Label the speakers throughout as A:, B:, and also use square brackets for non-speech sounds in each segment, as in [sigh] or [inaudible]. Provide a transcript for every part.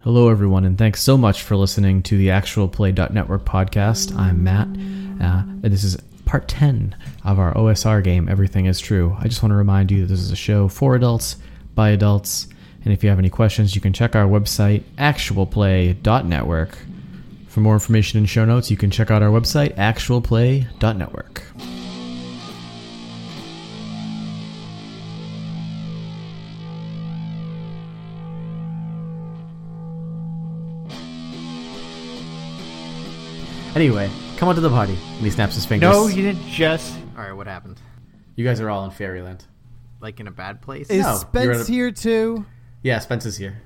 A: Hello, everyone, and thanks so much for listening to the Actual Play.network podcast. I'm Matt, uh, and this is part 10 of our OSR game, Everything is True. I just want to remind you that this is a show for adults, by adults, and if you have any questions, you can check our website, actualplay.network. For more information and show notes, you can check out our website, actualplay.network. Anyway, come on to the party. And he snaps his fingers.
B: No, you didn't just. All right, what happened?
A: You guys are all in fairyland.
B: Like in a bad place?
C: Is
A: No, you're at
C: Spence
A: a-
C: here too?
A: Yeah, Spencer's here.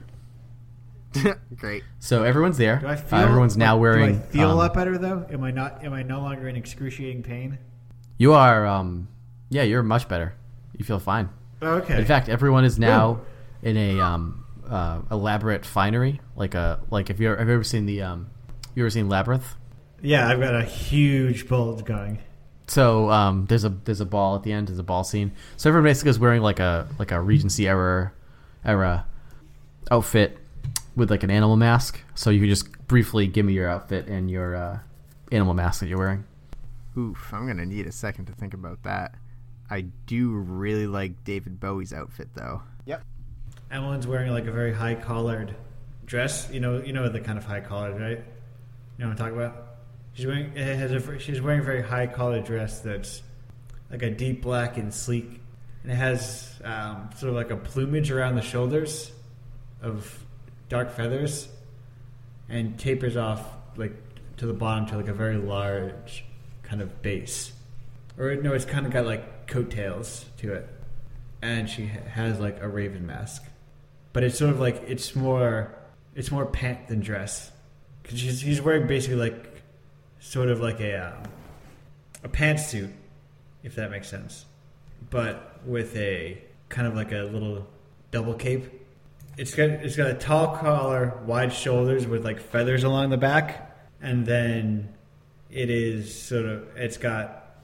B: Great.
A: So everyone's there. Uh, everyone's now wearing.
D: Do I feel
A: um,
D: a lot better though? Am I not? Am I no longer in excruciating pain?
A: You are. Um, yeah, you're much better. You feel fine.
D: Okay.
A: In fact, everyone is now in a um, uh, elaborate finery, like a like if you're have you ever seen the um, you ever seen Labyrinth?
D: yeah, I've got a huge bulge going.
A: So um, there's a there's a ball at the end. There's a ball scene. So everyone basically is wearing like a like a Regency era era outfit with like an animal mask. So you can just briefly give me your outfit and your uh, animal mask that you're wearing.
B: Oof, I'm gonna need a second to think about that. I do really like David Bowie's outfit though.
D: Emmeline's wearing like a very high collared dress. You know, you know the kind of high collared, right? You know what I'm talking about? She's wearing it has a, she's wearing a very high collared dress that's like a deep black and sleek, and it has um, sort of like a plumage around the shoulders of dark feathers, and tapers off like to the bottom to like a very large kind of base, or no, it's kind of got like coattails to it and she ha- has like a raven mask, but it's sort of like it's more it's more pant than dress because she's she's wearing basically like sort of like a um, a pantsuit if that makes sense, but with a kind of like a little double cape. It's got it's got a tall collar, wide shoulders with like feathers along the back, and then it is sort of it's got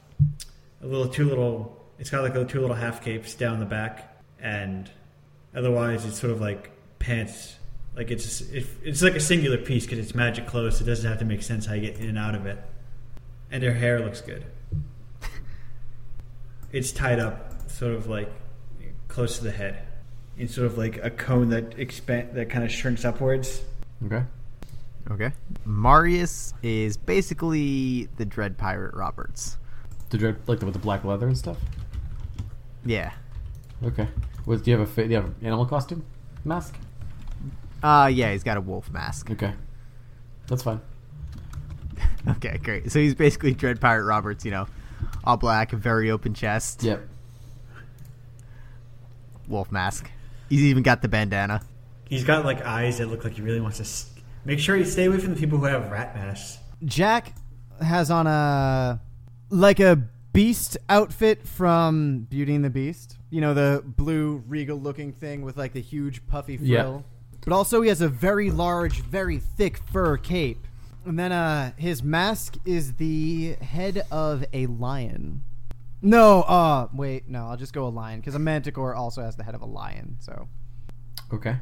D: a little two little it's got like a two little half capes down the back and otherwise it's sort of like pants like it's if it's like a singular piece because it's magic clothes so it doesn't have to make sense how you get in and out of it and her hair looks good it's tied up sort of like close to the head in sort of like a cone that expand that kind of shrinks upwards
A: Okay.
B: Okay. Marius is basically the Dread Pirate Roberts.
A: The dread, like the, with the black leather and stuff.
B: Yeah.
A: Okay. What, do you have a fa- do you have an animal costume mask?
B: Uh yeah, he's got a wolf mask.
A: Okay, that's fine.
B: [laughs] okay, great. So he's basically Dread Pirate Roberts, you know. All black, very open chest,
A: Yep.
B: wolf mask. He's even got the bandana.
D: he's got like eyes that look like he really wants to s make sure you stay away from the people who have rat masks
C: Jack has on a like a beast outfit from Beauty and the Beast. You know the blue regal looking thing with like the huge puffy frill.
A: Yeah.
C: But also he has a very large, very thick fur cape. And then uh his mask is the head of a lion. No, uh wait, no, I'll just go a lion cuz a manticore also has the head of a lion. So
A: Okay.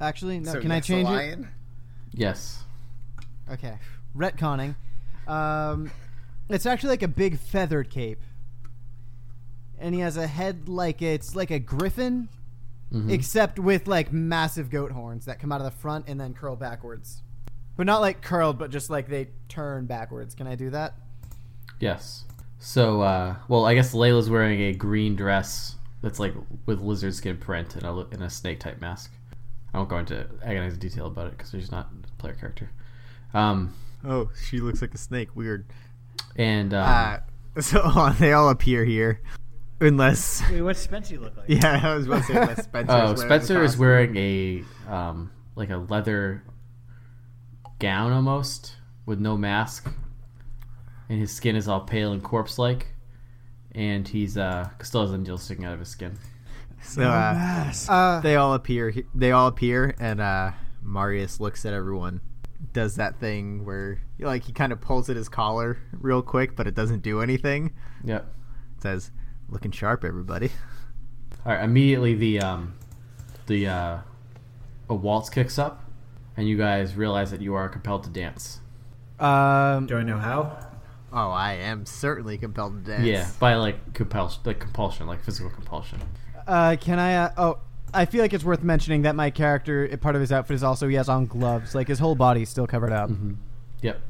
C: actually, no, can I change it?
A: Yes.
C: Okay. Retconning. Um, it's actually like a big feathered cape. And he has a head like it's like a griffin,
A: Mm-hmm.
C: except with like massive goat horns that come out of the front and then curl backwards. But not like curled, but just like they turn backwards. Can I do that?
A: Yes. So, uh, well, I guess Layla's wearing a green dress that's like with lizard skin print and a, li- and a snake type mask. I won't go into agonizing detail about it because she's not a player character. Um,
B: Oh, she looks like a snake. Weird.
A: and um,
B: Uh, [laughs] so they all appear here, unless [laughs]
D: wait what's Spency look like
B: yeah, I was about to
A: [laughs]
B: say unless Spencer.
A: oh, Spencer is wearing a um, like a leather gown almost with no mask, and his skin is all pale and corpse-like, and he's uh, still has a needle sticking out of his skin.
B: So uh,
C: Uh,
B: they all appear. he- They all appear, and uh, Marius looks at everyone. Does that thing where like he kind of pulls at his collar real quick, but it doesn't do anything.
A: Yep.
B: says, "Looking sharp, everybody."
A: All right. Immediately, the um, the uh, a waltz kicks up, and you guys realize that you are compelled to dance.
C: Um,
D: Do I know how?
B: Oh, I am certainly compelled to dance.
A: Yeah, by like compulsion, like compulsion, like physical compulsion.
C: uh, can I? Uh, oh, I feel like it's worth mentioning that my character, uh, part of his outfit is also he has on gloves. Like his whole body's still covered up.
A: Mm-hmm. Yep.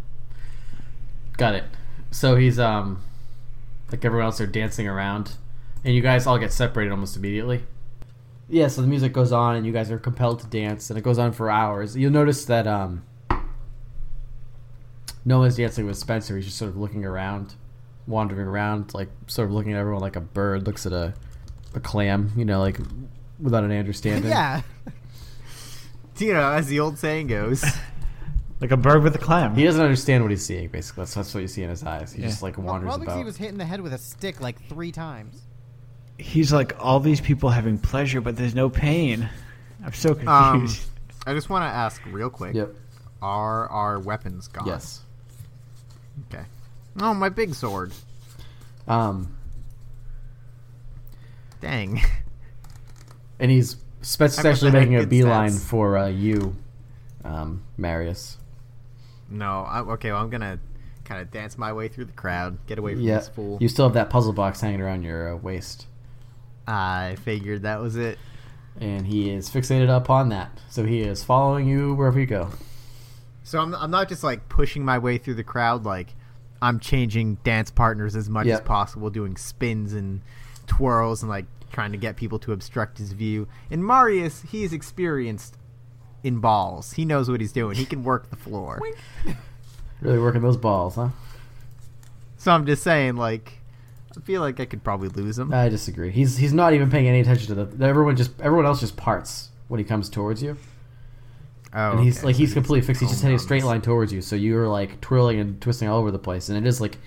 A: Got it. So he's um like everyone else are dancing around and you guys all get separated almost immediately. Yeah, so the music goes on and you guys are compelled to dance and it goes on for hours. You'll notice that um no one's dancing with Spencer, he's just sort of looking around, wandering around, like sort of looking at everyone like a bird looks at a a clam, you know, like without an understanding.
C: Yeah.
B: [laughs] You know, as the old
A: [laughs]
B: saying goes.
D: Like a bird with a clam.
A: He doesn't understand what he's seeing, basically. That's, that's what you see in his eyes. He
D: Yeah.
A: just like
C: Well,
A: wanders
C: probably 'cause
A: about.
C: he was hit in the head with a stick like three times.
D: He's like all these people having pleasure, but there's no pain. I'm so
B: Um,
D: confused.
B: I just want to ask real quick.
A: Yep.
B: Are our weapons gone?
A: Yes.
B: Okay. Oh, my big sword.
A: Um,
B: Dang. [laughs]
A: and he's Spencer's
B: I must
A: actually
B: have
A: making a
B: good
A: beeline
B: stats.
A: for uh, you, um, Marius.
B: No. I, okay. Well, I'm gonna kind of dance my way through the crowd, get away from
A: Yeah,
B: this fool.
A: you still have that puzzle box hanging around your uh, waist,
B: I figured that was it.
A: and he is fixated upon that. So he is following you wherever you go.
B: So I'm, I'm not just like pushing my way through the crowd. Like I'm changing dance partners as much as
A: Yep.
B: possible, doing spins and twirls, and like trying to get people to obstruct his view. And Marius, he's experienced in balls. He knows what he's doing. He can work the floor.
A: Really working those balls, huh?
B: so I'm just saying, like, I feel like I could probably lose him.
A: I disagree. He's he's not even paying any attention to the everyone. Just everyone else just parts when he comes towards you,
B: oh,
A: and he's
B: okay.
A: like he's
B: So
A: completely fixed. He's just heading a
B: owned on
A: straight
B: this.
A: line towards you. So you are like twirling and twisting all over the place, and it is like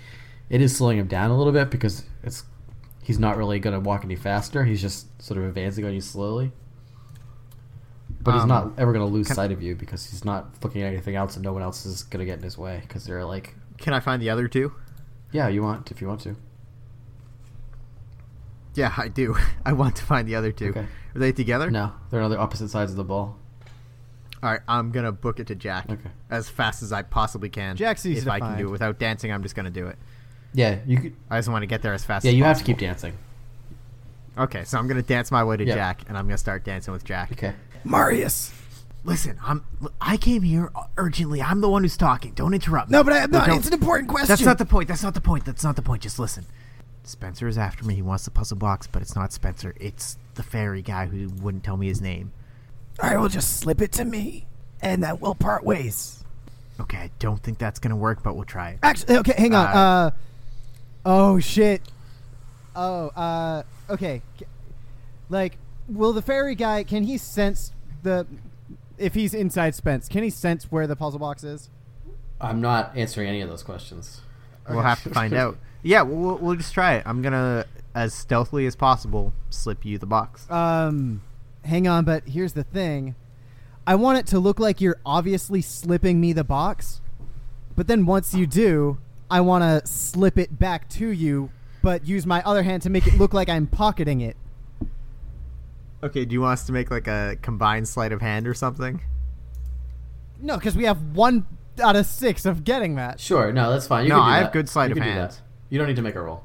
A: it is slowing him down a little bit because it's he's not really going to walk any faster. He's just sort of advancing on you slowly. But he's
B: Um,
A: not ever going to lose
B: can-
A: sight of you because he's not looking at anything else, and no one else is going to get in his way because they're like,
B: Can I find the other two? [laughs]
A: yeah, you want if you want to.
B: Yeah, I do. [laughs] I want to find the other two.
A: Okay.
B: Are they together?
A: No, they're on the opposite sides of the ball.
B: All right, I'm gonna book it to Jack
A: Okay.
B: as fast as I possibly can.
C: Jack's easy
B: if
C: to
B: I
C: find.
B: can do it without dancing, I'm just gonna do it.
A: Yeah, you could.
B: I just want to get there as fast.
A: Yeah,
B: as
A: you have to
B: possible.
A: keep dancing.
B: Okay, so I'm gonna dance my way to
A: Yeah.
B: Jack, and I'm gonna start dancing with Jack.
A: Okay.
C: Marius.
B: Listen, I'm. I came here urgently. I'm the one who's talking. Don't interrupt. me.
C: No, but I,
B: Or
C: no,
B: don't-
C: it's an important question.
B: That's not the point. That's not the point. That's not the point. Just listen. Spencer is after me. He wants the puzzle box, but it's not Spencer. It's the fairy guy who wouldn't tell me his name.
C: I will just slip it to me, and that will part ways.
B: Okay, I don't think that's gonna work, but we'll try it.
C: Actually, okay, hang on.
B: Uh,
C: Uh, oh shit. Oh, uh, okay. C- Like, will the fairy guy? Can he sense the? If he's inside Spence, can he sense where the puzzle box is?
A: I'm not answering any of those questions.
B: We'll have to find out. [laughs] Yeah, we'll, we'll, we'll just try it. I'm gonna, as stealthily as possible, slip you the box.
C: Um, hang on, but here's the thing. I want it to look like you're obviously slipping me the box, but then once you do, I want to slip it back to you, but use my other hand to make it look like I'm pocketing it.
B: Okay, do you want us to make like a combined sleight of hand or something?
C: No, because we have one out of six of getting that.
A: Sure, no, that's fine. You
B: No,
A: can do
B: I have
A: that.
B: good sleight
A: you
B: of
A: can do
B: hand.
A: that. You don't need to make a roll.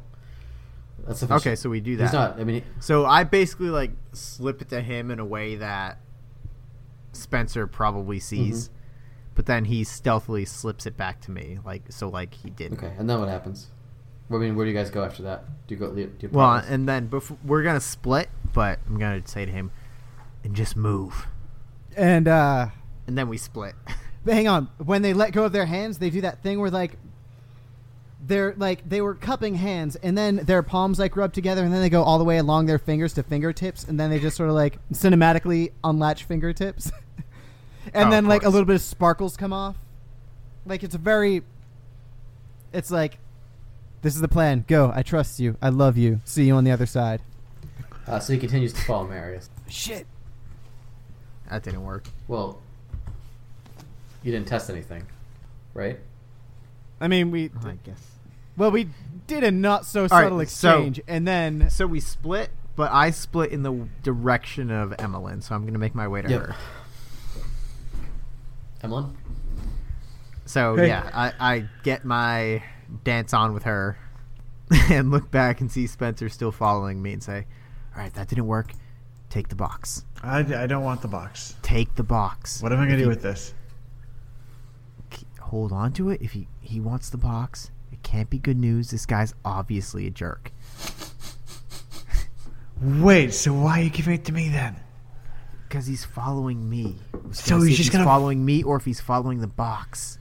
A: That's sufficient.
B: Okay, so we do
A: he's
B: that.
A: not. I mean,
B: So I basically like slip it to him in a way that Spencer probably sees, but then he stealthily slips it back to me, like so, like he did.
A: he- okay, and then what happens? Well, I mean, where do you guys go after that? Do you go? Do you
B: Well,
A: pause?
B: and then before, we're gonna split, but I'm gonna say to him, and just move,
C: And uh,
B: and then we split. [laughs]
C: but hang on, when they let go of their hands, they do that thing where like they're like they were cupping hands, and then their palms like rub together, and then they go all the way along their fingers to fingertips, and then they just sort of like cinematically unlatch fingertips, [laughs]
B: Oh,
C: and
B: of
C: then like a
B: course.
C: little bit of sparkles come off. Like it's a very, it's like. This is the plan. Go. I trust you. I love you. See you on the other side.
A: uh, so he continues to follow Marius.
C: Shit.
B: that didn't work.
A: Well, you didn't test anything, right?
C: I mean, we
B: I guess.
C: Well, we did a not so
B: right,
C: subtle
B: so-
C: exchange, and then
B: So we split, but I split in the direction of Emmeline, so I'm gonna make my way to
A: Yep.
B: her. [laughs]
A: Emlyn?
D: [laughs]
B: So
D: Hey.
B: yeah, I, I get my dance on with her, [laughs] and look back and see Spencer still following me, and say, "All right, that didn't work. Take the box.
D: I, I don't want the box.
B: Take the box.
D: What am I going
B: If
D: to do
B: he-
D: with this?
B: k- Hold on to it. If he he wants the box, it can't be good news. This guy's obviously a jerk.
D: Wait, so why are you giving it to me then?
B: Because he's following me.
D: So
B: Gonna see
D: he's
B: if
D: just gonna-
B: following me, or if he's following the box.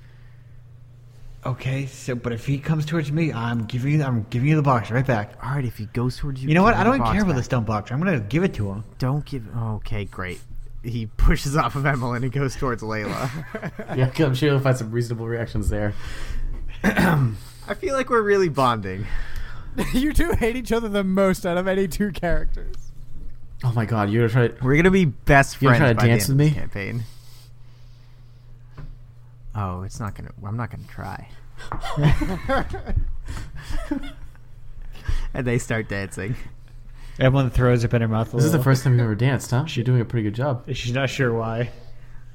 D: Okay, so but if he comes towards me, I'm giving you I'm giving you the box right back.
B: All right, if he goes towards you,
D: You know what?
B: give
D: I
B: him the
D: don't
B: box
D: care about
B: back.
D: this dumb box. I'm gonna give it to [laughs] him.
B: Don't give. Okay, great. He [laughs] pushes off of Emily and goes towards Layla.
A: Yeah, 'cause I'm sure you'll find some reasonable reactions there.
B: I feel like we're really bonding.
C: [laughs] you two hate each other the most out of any two characters. [laughs]
A: Oh my god, you're trying to.
B: We're gonna be best
A: You
B: friends.
A: wanna try to
B: by the
A: dance
B: end
A: with me?
B: of this Campaign. Oh, it's not gonna. I'm not gonna
A: [laughs]
B: try. [laughs] and they start dancing.
D: Everyone throws up in her mouth.
A: This is the first time you've ever danced, huh? You're doing a pretty good job.
D: She's not sure why.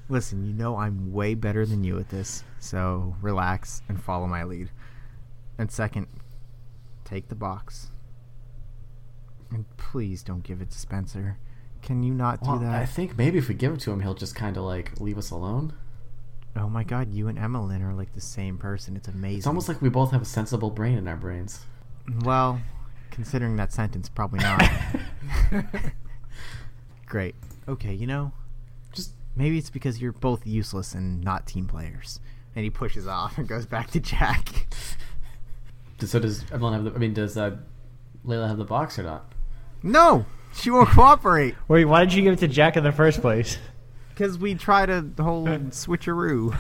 B: Listen, you know I'm way better than you at this, so relax and follow my lead. And second, take the box. And please don't give it to Spencer. Can you not do
A: Well,
B: that?
A: I think maybe if we give it to him, he'll just kind of like leave us alone.
B: oh my god, you and Emma Lynn are like the same person. It's amazing.
A: It's almost like we both have a sensible brain in our brains.
B: Well, considering that sentence, probably not. Great. Okay, you know,
A: Just
B: maybe it's because you're both useless and not team players. And he pushes off and goes back to Jack.
A: so does Evelyn have the? I mean, does uh, Layla have the box or not?
B: No, she won't cooperate
E: Wait, why did you give it to Jack in the first place? [laughs]
B: because we tried a whole switcheroo.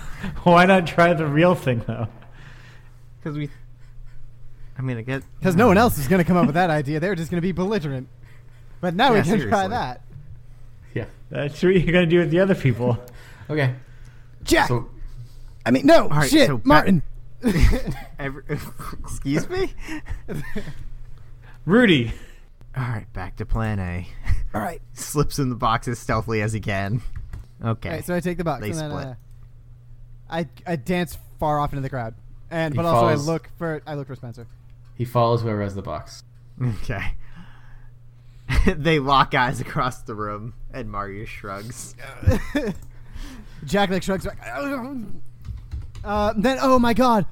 E: Why not try the real thing though?
B: Because we, I mean, I get
C: Because no one else is going to come up with that idea. They're just going to be belligerent. But now we
B: Yeah,
C: can try
B: seriously.
C: that.
A: Yeah.
E: That's what you're gonna do with the other people.
D: [laughs]
A: Okay.
C: Jack.
A: So
C: I mean, no
B: right,
C: shit,
B: so back-
C: [laughs] Martin.
B: [laughs] Every, [laughs] excuse
C: [laughs]
B: me.
E: Rudy,
B: All right, back to Plan A.
C: All right.
B: [laughs] Slips in the box as stealthily as he can. Okay.
C: All right, so I take the box.
B: They
C: and then,
B: split.
C: uh, I I dance far off into the crowd, and
A: He
C: but also I
A: follows-
C: look for I look for Spencer. [laughs]
A: he follows whoever has the box.
B: Okay. [laughs] they lock eyes across the room, and Mario shrugs.
C: Jack like shrugs back. Uh, then oh my god,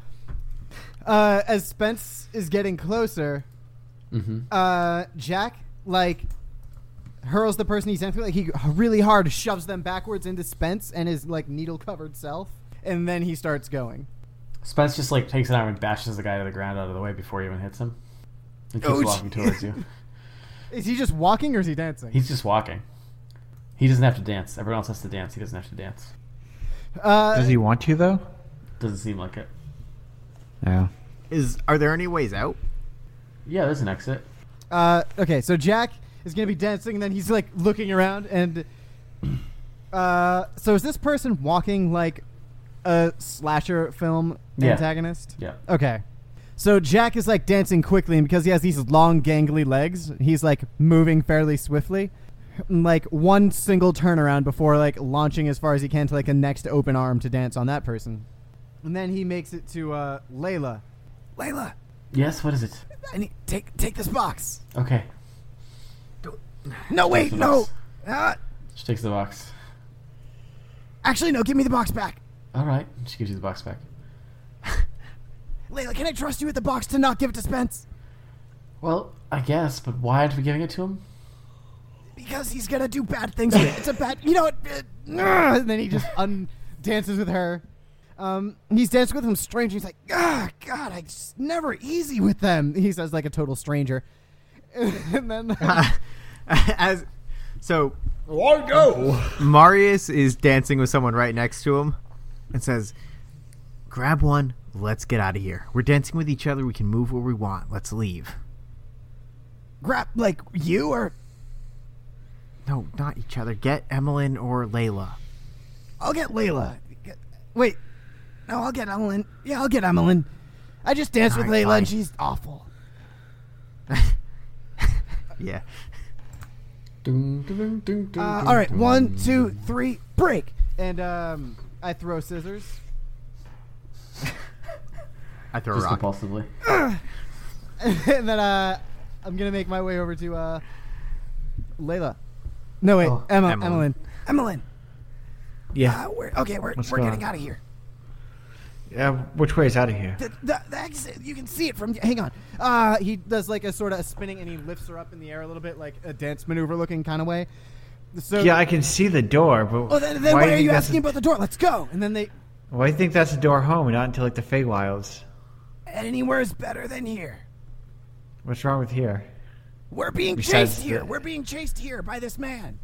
C: uh, as Spence is getting closer,
A: Mm-hmm.
C: uh, Jack like hurls the person he's dancing with, like he really hard shoves them backwards into Spence and his like needle covered self, and then he starts going.
A: Spence just like takes an arm and bashes the guy to the ground out of the way before he even hits him. And keeps
C: Oh,
A: walking
C: gee.
A: towards you.
C: Is he just walking or is he dancing?
A: He's just walking. He doesn't have to dance. Everyone else has to dance. He doesn't have to dance.
C: uh,
D: Does he want to though?
A: Doesn't seem like it.
D: No.
B: Is are there any ways out? [laughs]
A: Yeah, there's an exit.
C: Uh, okay, so Jack is gonna be dancing, and then he's like looking around, and [clears throat] uh, so is this person walking like a slasher film
A: Yeah.
C: antagonist?
A: Yeah.
C: Okay, so Jack is like dancing quickly, and because he has these long, gangly legs, he's like moving fairly swiftly, and, like one single turnaround before like launching as far as he can to like a next open arm to dance on that person, and then he makes it to uh, Layla. Layla,
A: Yes. What is it?
C: I need, take take this box.
A: Okay.
C: No, wait,
A: Takes the
C: no.
A: box.
C: Uh,
A: She takes the box.
C: actually, no. Give me the box back,
A: All right. She gives you the box back.
C: Layla. Can I trust you with the box to not give it to Spence?
A: Well, I guess, but why aren't we giving it to him?
C: Because he's gonna do bad things. with it. It's a bad. You know what? Uh, and then he just un dances with her. Um, he's dancing with him strange. He's like, ah, God, I just never easy with them. [laughs] He says like a total stranger. [laughs] and then
B: As so, why go? Marius is dancing with someone right next to him, and says, "Grab one. Let's get out of here. We're dancing with each other. We can move where we want. Let's leave."
C: grab like you or
B: No, not each other. Get Emmeline or Layla.
C: I'll get Layla. Wait, no, I'll get Emmeline. Yeah, I'll get Emmeline. I just danced with
B: Alright,
C: Layla, and
B: fine.
C: she's awful.
B: Yeah.
A: Dun, dun, dun, dun, dun,
C: Uh,
A: dun,
C: all right,
A: dun.
C: one, two, three, break. And um, I throw scissors.
B: I throw
A: Just
B: a rock.
A: compulsively.
C: [laughs] and then uh, I'm gonna make my way over to uh, Layla. No wait,
A: Oh,
C: Emma,
B: Emmeline.
C: Emmeline. Emmeline.
E: Yeah.
C: we're okay. We're
E: What's we're going getting on?
C: of here.
E: Yeah. Which way is out of here?
C: The, the, the exit, you can see it from. Hang on. Uh, he does like a sort of a spinning, and he lifts her up in the air a little bit, like a dance maneuver looking kind of way. So
E: Yeah, I can see the door, but
C: Oh, then, then
E: why
C: why,
E: do
C: are
E: think
C: you
E: that's
C: asking
E: a-
C: about the door? Let's go. And then they.
E: Why do you think that's a door home, and not until like the Feywilds?
C: Anywhere is better than here.
E: What's wrong with here?
C: We're being
E: Besides chased the- here.
C: We're being chased here by this man.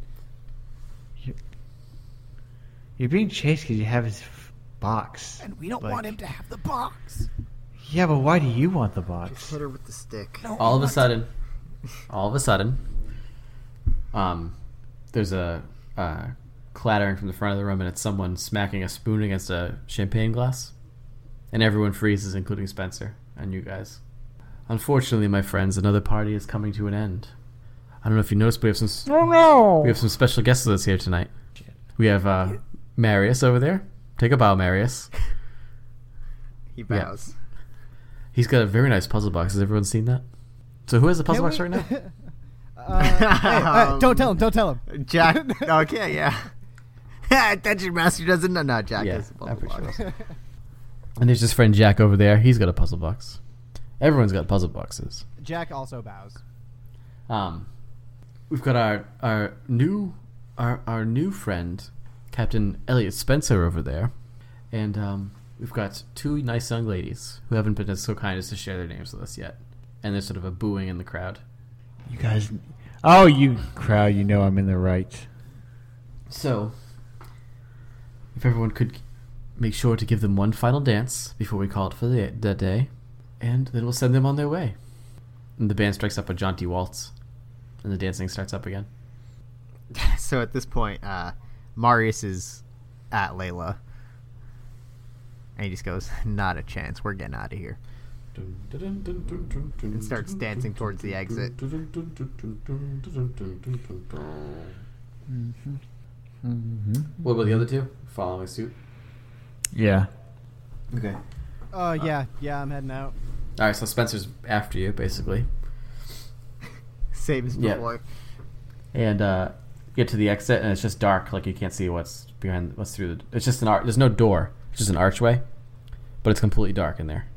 E: You're being chased because you have his f- box.
C: And we don't
E: Like- want him
C: to have the box.
E: Yeah, but why do you want the box?
B: Hit her with the stick.
A: all of a sudden, all of a sudden, um, there's a uh, clattering from the front of the room, and it's someone smacking a spoon against a champagne glass, and everyone freezes, including Spencer and you guys. Unfortunately, my friends, another party is coming to an end. I don't know if you noticed, but we have some s-
E: Oh no!
A: we have some special guests with us here tonight. We have uh, Marius over there. Take a bow, Marius.
B: He [laughs] bows.
A: He's got a very nice puzzle box. Has everyone seen that? So who has the puzzle box right now?
C: Uh, don't tell him. Don't tell him.
B: Jack. um, [laughs] Okay, yeah. Dungeon Master doesn't know. No, Jack
A: Yeah,
B: is.
A: I'm pretty sure that's- And there's his friend Jack over there. He's got a puzzle box. Everyone's got puzzle boxes.
C: Jack also bows.
A: Um, we've got our our new our our new friend, Captain Elliot Spencer over there, and um, we've got two nice young ladies who haven't been so kind as to share their names with us yet. And there's sort of a booing in the crowd.
E: You guys. Oh, you crowd, you know I'm in the right.
A: So, if everyone could make sure to give them one final dance before we call it for the, the day, and then we'll send them on their way. And the band strikes up a jaunty waltz, and the dancing starts up again.
B: [laughs] So at this point, uh, Marius is at Layla. And he just goes, not a chance. We're getting out of here.
F: And
B: starts dancing towards the exit.
A: What about the other two? Following suit.
E: Yeah.
A: Okay.
B: Uh,
C: Oh yeah, yeah. I'm heading out.
A: All right, so Spencer's after you, basically.
B: Same as
A: Yeah.
B: before.
A: and uh, get to the exit, and it's just dark. Like you can't see what's behind, what's through. The, it's just an arch. There's no door. It's just an archway, but it's completely dark in there.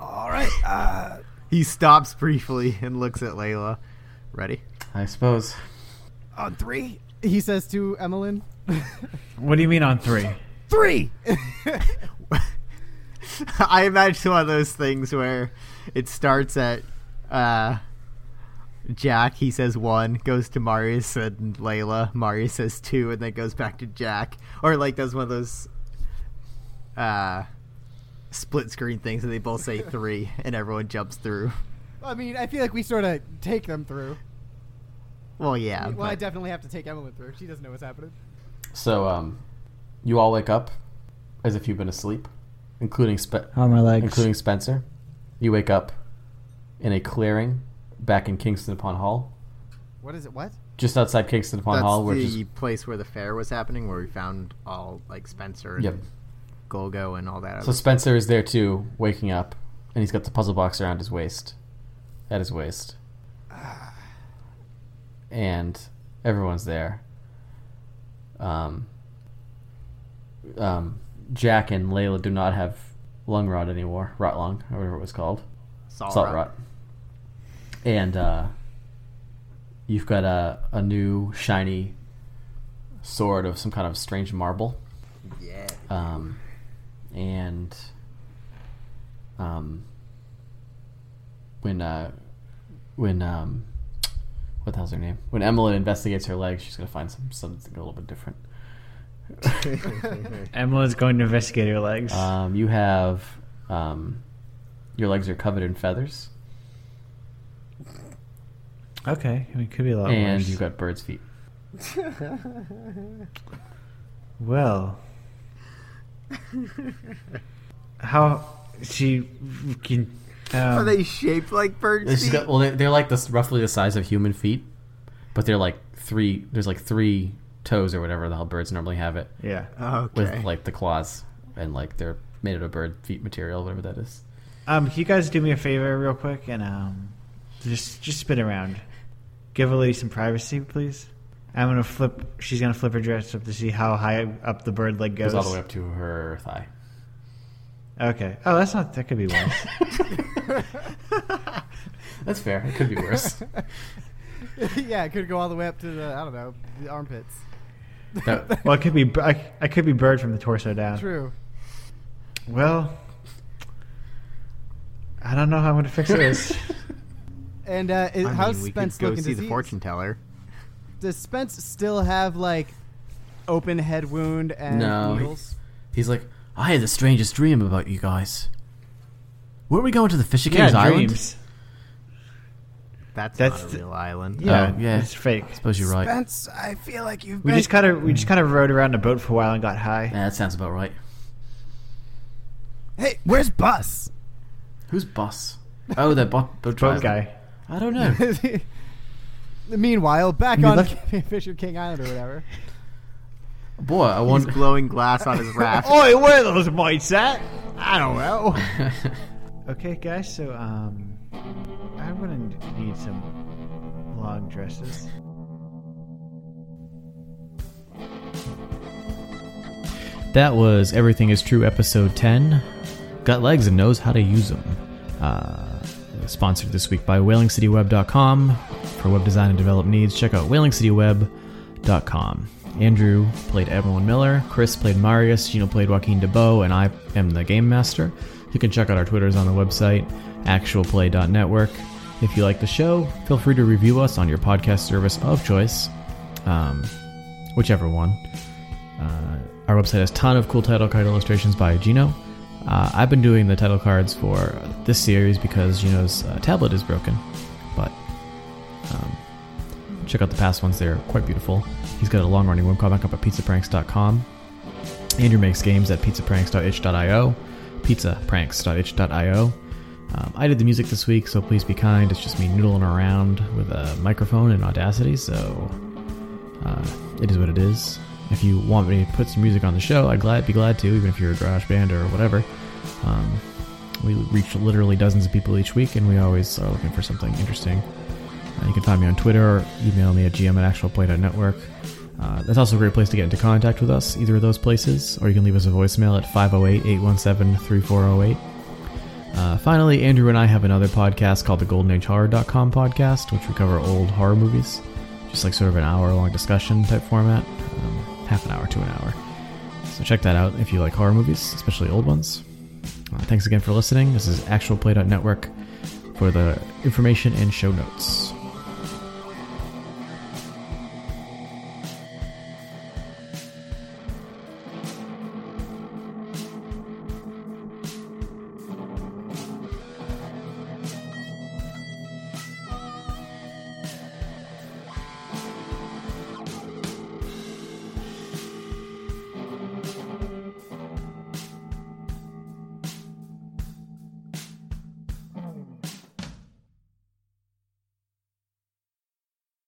B: All right. Uh... He stops briefly and looks at Layla. Ready?
A: I suppose.
B: On three?
C: He says to
B: [laughs]
C: Emmeline,
E: What do you mean on three?
C: three.
B: [laughs] I imagine one of those things where it starts at uh, Jack. He says one, goes to Marius and Layla. Marius says two, and then goes back to Jack. Or like does one of those uh, split screen things, and they both say three, and everyone jumps through.
C: [laughs] I mean, I feel like we sort of take them through.
B: Well, yeah.
C: well, I
B: but-
C: definitely have to take Emmeline through. She doesn't know what's happening.
A: So, um, you all wake up as if you've been asleep, including Spe-
E: How are my legs?
A: including Spencer. You wake up in a clearing back in Kingston upon Hall,
C: What is it? What?
A: just outside Kingston upon
B: that's
A: Hall,
B: the
A: which is
B: place where the fair was happening, where we found all like Spencer and
A: yep.
B: Golgo and all that.
A: So Spencer is there too, waking up, and he's got the puzzle box around his waist, at his waist, and everyone's there. Um, um, Jack and Layla do not have lung rot anymore, rot lung or whatever it was called,
B: salt,
A: salt
B: rock.
A: rot, and uh, you've got a a new shiny sword of some kind of strange marble
B: Yeah.
A: um, and um, when uh, when um, what the hell's her name? When Emily investigates her leg, she's gonna find some something a little bit different.
E: Emmeline's going to investigate her legs.
A: Um, you have um, your legs are covered in feathers,
E: okay, I mean, it could be a lot
A: and
E: worse.
A: you've got bird's feet.
E: Well, how she can?
B: Are
E: Um,
B: they [laughs] shaped like birds?
A: She's got, well, they're, they're like this roughly the size of human feet, but they're like three. There's like three
G: toes or whatever the hell birds normally have it
H: Yeah.
B: Okay.
G: with like the claws and like they're made out of bird feet material, whatever that is.
D: Um, can you guys do me a favor real quick and um, just just spin around. Give a lady some privacy, please. I'm gonna flip. She's gonna flip her dress up to see how high up the bird leg
G: It
D: goes.
G: goes all the way up to her thigh.
D: Okay. Oh, that's not. That could be worse.
G: That's fair. It could be
B: [laughs]
G: worse.
C: [laughs] yeah, it could go all the way up to the I don't know the armpits. [laughs]
G: That-
D: well, it could be. b- I, I could be bird from the torso down.
C: True.
D: Well, I don't know how I'm
G: [laughs]
D: gonna fix this.
C: And uh, is,
B: I
C: how's
B: mean, we
C: Spence
B: could go
C: looking?
B: see
C: Does
B: the
C: he-
B: fortune teller.
C: Does Spence still have like open head wound and
G: No.
C: needles?
G: He's like, I had the strangest dream about you guys. Weren't we going to the Fisher
D: yeah,
G: King's Island?
D: dreams.
B: That's,
D: That's
B: not a
D: the-
B: real island.
G: Yeah,
D: Yeah,
G: Oh, yeah.
D: it's fake.
G: I suppose you're right.
C: Spence, I feel like you've
D: We
C: been.
D: just kind of we just kind of rode around in a boat for a while and got high.
G: Yeah, that sounds about right.
C: hey, where's Bus?
G: Who's Bus? Oh, the bo- boat
D: Boat
G: driver.
D: guy.
G: I don't know.
C: [laughs] Meanwhile, back
D: You
C: on
D: look-
C: [laughs] Fisher King Island or whatever.
G: Boy, I
B: He's
G: wonder.
B: glowing glass on his
D: [laughs]
B: raft.
D: Oi, where are those mites at? I don't know.
A: Oh.
G: [laughs] I
D: Okay, guys, so, um, I'm gonna need some long dresses.
A: That was Everything is True, episode 10. Got legs and knows how to use them. Uh, sponsored this week by WhalingCityWeb.com. For web design and development needs, check out WhalingCityWeb.com. Andrew played Evelyn Miller, Chris played Marius, Gino played Joaquin DeBow, and I am the Game Master. You can check out our Twitters on the website, actualplay.network. If you like the show, feel free to review us on your podcast service of choice, um, whichever one. Uh, our website has a ton of cool title card illustrations by Gino. Uh, I've been doing the title cards for this series because Gino's uh, tablet is broken, but um, check out the past ones; they're quite beautiful. He's got a long-running web comic up at pizzapranks.com. Andrew makes games at pizzapranks.itch.io, pizzapranks.itch.io. Um, I did the music this week, so please be kind. It's just me noodling around with a microphone and Audacity, so uh, it is what it is. If you want me to put some music on the show, I'd glad be glad to, even if you're a garage band or whatever. Um, we reach literally dozens of people each week, and we always are looking for something interesting. Uh, you can find me on Twitter or email me at gm at actualplay.network. Uh, that's also a great place to get into contact with us, either of those places, or you can leave us a voicemail at 508 817 3408. Uh, finally, Andrew and I have another podcast called the Golden Age Horror.com podcast, which we cover old horror movies, just like sort of an hour long discussion type format, um, half an hour to an hour. So check that out if you like horror movies, especially old ones. Uh, thanks again for listening. This is ActualPlay.network for the information and show notes.